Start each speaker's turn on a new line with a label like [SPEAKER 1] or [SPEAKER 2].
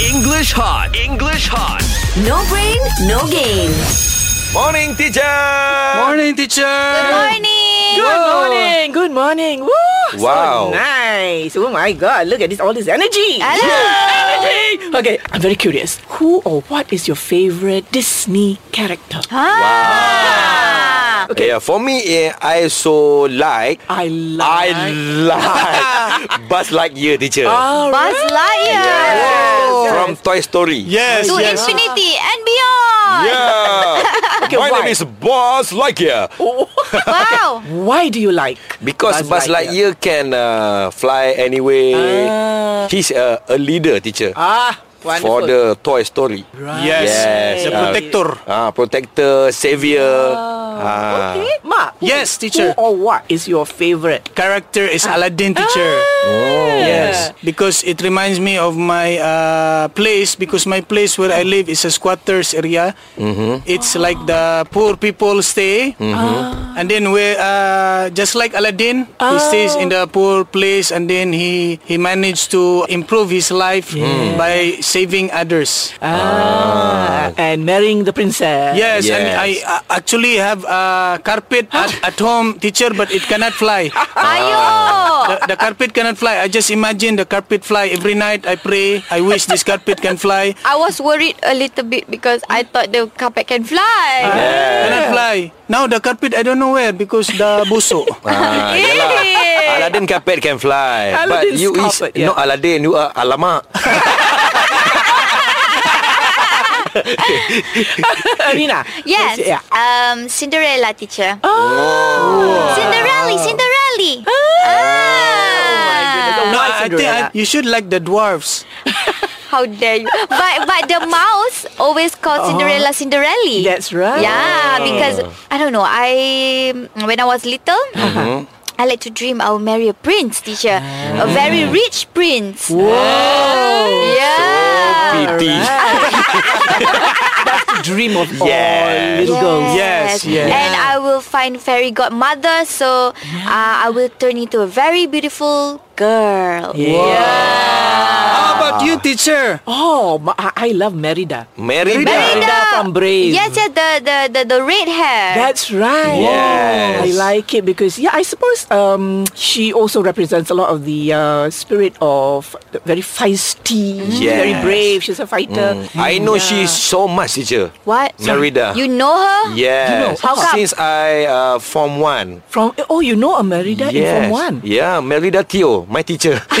[SPEAKER 1] English hot. English hot.
[SPEAKER 2] No brain, no game.
[SPEAKER 3] Morning, teacher.
[SPEAKER 4] Morning, teacher. Good
[SPEAKER 2] Morning.
[SPEAKER 5] Good morning. Good morning. Woo!
[SPEAKER 3] Wow.
[SPEAKER 5] So nice. Oh my god, look at this all this energy.
[SPEAKER 2] Hello.
[SPEAKER 5] Energy. Okay, I'm very curious. Who or what is your favorite Disney character?
[SPEAKER 2] Ah.
[SPEAKER 5] Okay.
[SPEAKER 3] Yeah, for me, eh, I so like.
[SPEAKER 5] I like
[SPEAKER 3] I like. Buzz Lightyear, teacher.
[SPEAKER 5] All Ah,
[SPEAKER 2] Buzz
[SPEAKER 5] right.
[SPEAKER 2] Lightyear.
[SPEAKER 3] From Toy Story.
[SPEAKER 4] Yes,
[SPEAKER 2] To
[SPEAKER 4] yes.
[SPEAKER 2] infinity and beyond.
[SPEAKER 3] Yeah. My
[SPEAKER 5] why? Oh,
[SPEAKER 3] name is Buzz Lightyear.
[SPEAKER 2] Wow.
[SPEAKER 5] Why do you like?
[SPEAKER 3] Because Buzz, Lightyear can uh, fly anyway. He's uh, a leader, teacher.
[SPEAKER 5] Ah, wonderful.
[SPEAKER 3] For the Toy Story.
[SPEAKER 4] Yes.
[SPEAKER 3] Yes.
[SPEAKER 4] The
[SPEAKER 3] Uh,
[SPEAKER 4] protector.
[SPEAKER 3] Ah, protector, savior. Ah.
[SPEAKER 5] Okay, Ma. who-
[SPEAKER 4] Yes, teacher.
[SPEAKER 5] Who or what is your favorite?
[SPEAKER 4] Character is Aladdin, teacher.
[SPEAKER 5] Ah.
[SPEAKER 3] Oh.
[SPEAKER 4] Yes, because it reminds me of my uh, place. Because my place where I live is a squatters area. It's like the poor people stay, and then where uh, just like Aladdin, he stays in the poor place, and then he he managed to improve his life by saving others.
[SPEAKER 5] Ah, and marrying the princess.
[SPEAKER 4] Yes, and
[SPEAKER 3] Yes.
[SPEAKER 4] I uh, actually have a carpet at, at home, teacher, but it cannot fly.
[SPEAKER 2] Ayo.
[SPEAKER 4] The, the carpet cannot fly. I just imagine the carpet fly every night. I pray. I wish this carpet can fly.
[SPEAKER 2] I was worried a little bit because I thought the carpet can fly.
[SPEAKER 4] Cannot fly. Now the carpet I don't know where because the buso.
[SPEAKER 3] Ah, yalah.
[SPEAKER 2] Eh.
[SPEAKER 3] Aladdin carpet can fly. but
[SPEAKER 5] Aladdin's
[SPEAKER 3] you
[SPEAKER 5] carpet,
[SPEAKER 3] is
[SPEAKER 5] yeah.
[SPEAKER 3] not Aladdin, you are alamak.
[SPEAKER 5] Arina.
[SPEAKER 2] Yes.
[SPEAKER 5] Yeah.
[SPEAKER 2] Um, Cinderella teacher. Cinderella, Cinderella.
[SPEAKER 5] goodness.
[SPEAKER 2] Ah.
[SPEAKER 4] No,
[SPEAKER 5] Why
[SPEAKER 4] I, I think I,
[SPEAKER 5] Cinderella?
[SPEAKER 4] you should like the dwarves.
[SPEAKER 2] How dare you? But but the mouse always called Cinderella Cinderella.
[SPEAKER 5] That's right.
[SPEAKER 2] Yeah, because I don't know. I when I was little, I like to dream I will marry a prince, teacher, a very rich prince.
[SPEAKER 5] Whoa.
[SPEAKER 2] Yeah.
[SPEAKER 3] PT.
[SPEAKER 5] Dream of all
[SPEAKER 3] Yes.
[SPEAKER 5] little girls.
[SPEAKER 4] Yes, yes.
[SPEAKER 2] And I will find fairy godmother, so uh, I will turn into a very beautiful girl.
[SPEAKER 4] How about you, teacher?
[SPEAKER 5] Oh, ma- I I love Merida.
[SPEAKER 3] Merida.
[SPEAKER 2] Merida.
[SPEAKER 5] from Brave.
[SPEAKER 2] Yes, yes, the the the, the red hair.
[SPEAKER 5] That's right.
[SPEAKER 3] Yes.
[SPEAKER 5] I like it because yeah, I suppose um, she also represents a lot of the uh, spirit of the very feisty, she's very
[SPEAKER 3] Yes. Mm.
[SPEAKER 5] brave. She's a fighter.
[SPEAKER 3] I know
[SPEAKER 5] Yeah.
[SPEAKER 3] she is so much, teacher.
[SPEAKER 2] what?
[SPEAKER 3] Merida.
[SPEAKER 2] You know her?
[SPEAKER 3] Yes.
[SPEAKER 5] You know, how come?
[SPEAKER 3] Since I uh, Form 1.
[SPEAKER 5] from. Oh, you know a Merida in Form
[SPEAKER 3] yes.
[SPEAKER 5] One.
[SPEAKER 3] Yeah, Merida Teo, my teacher.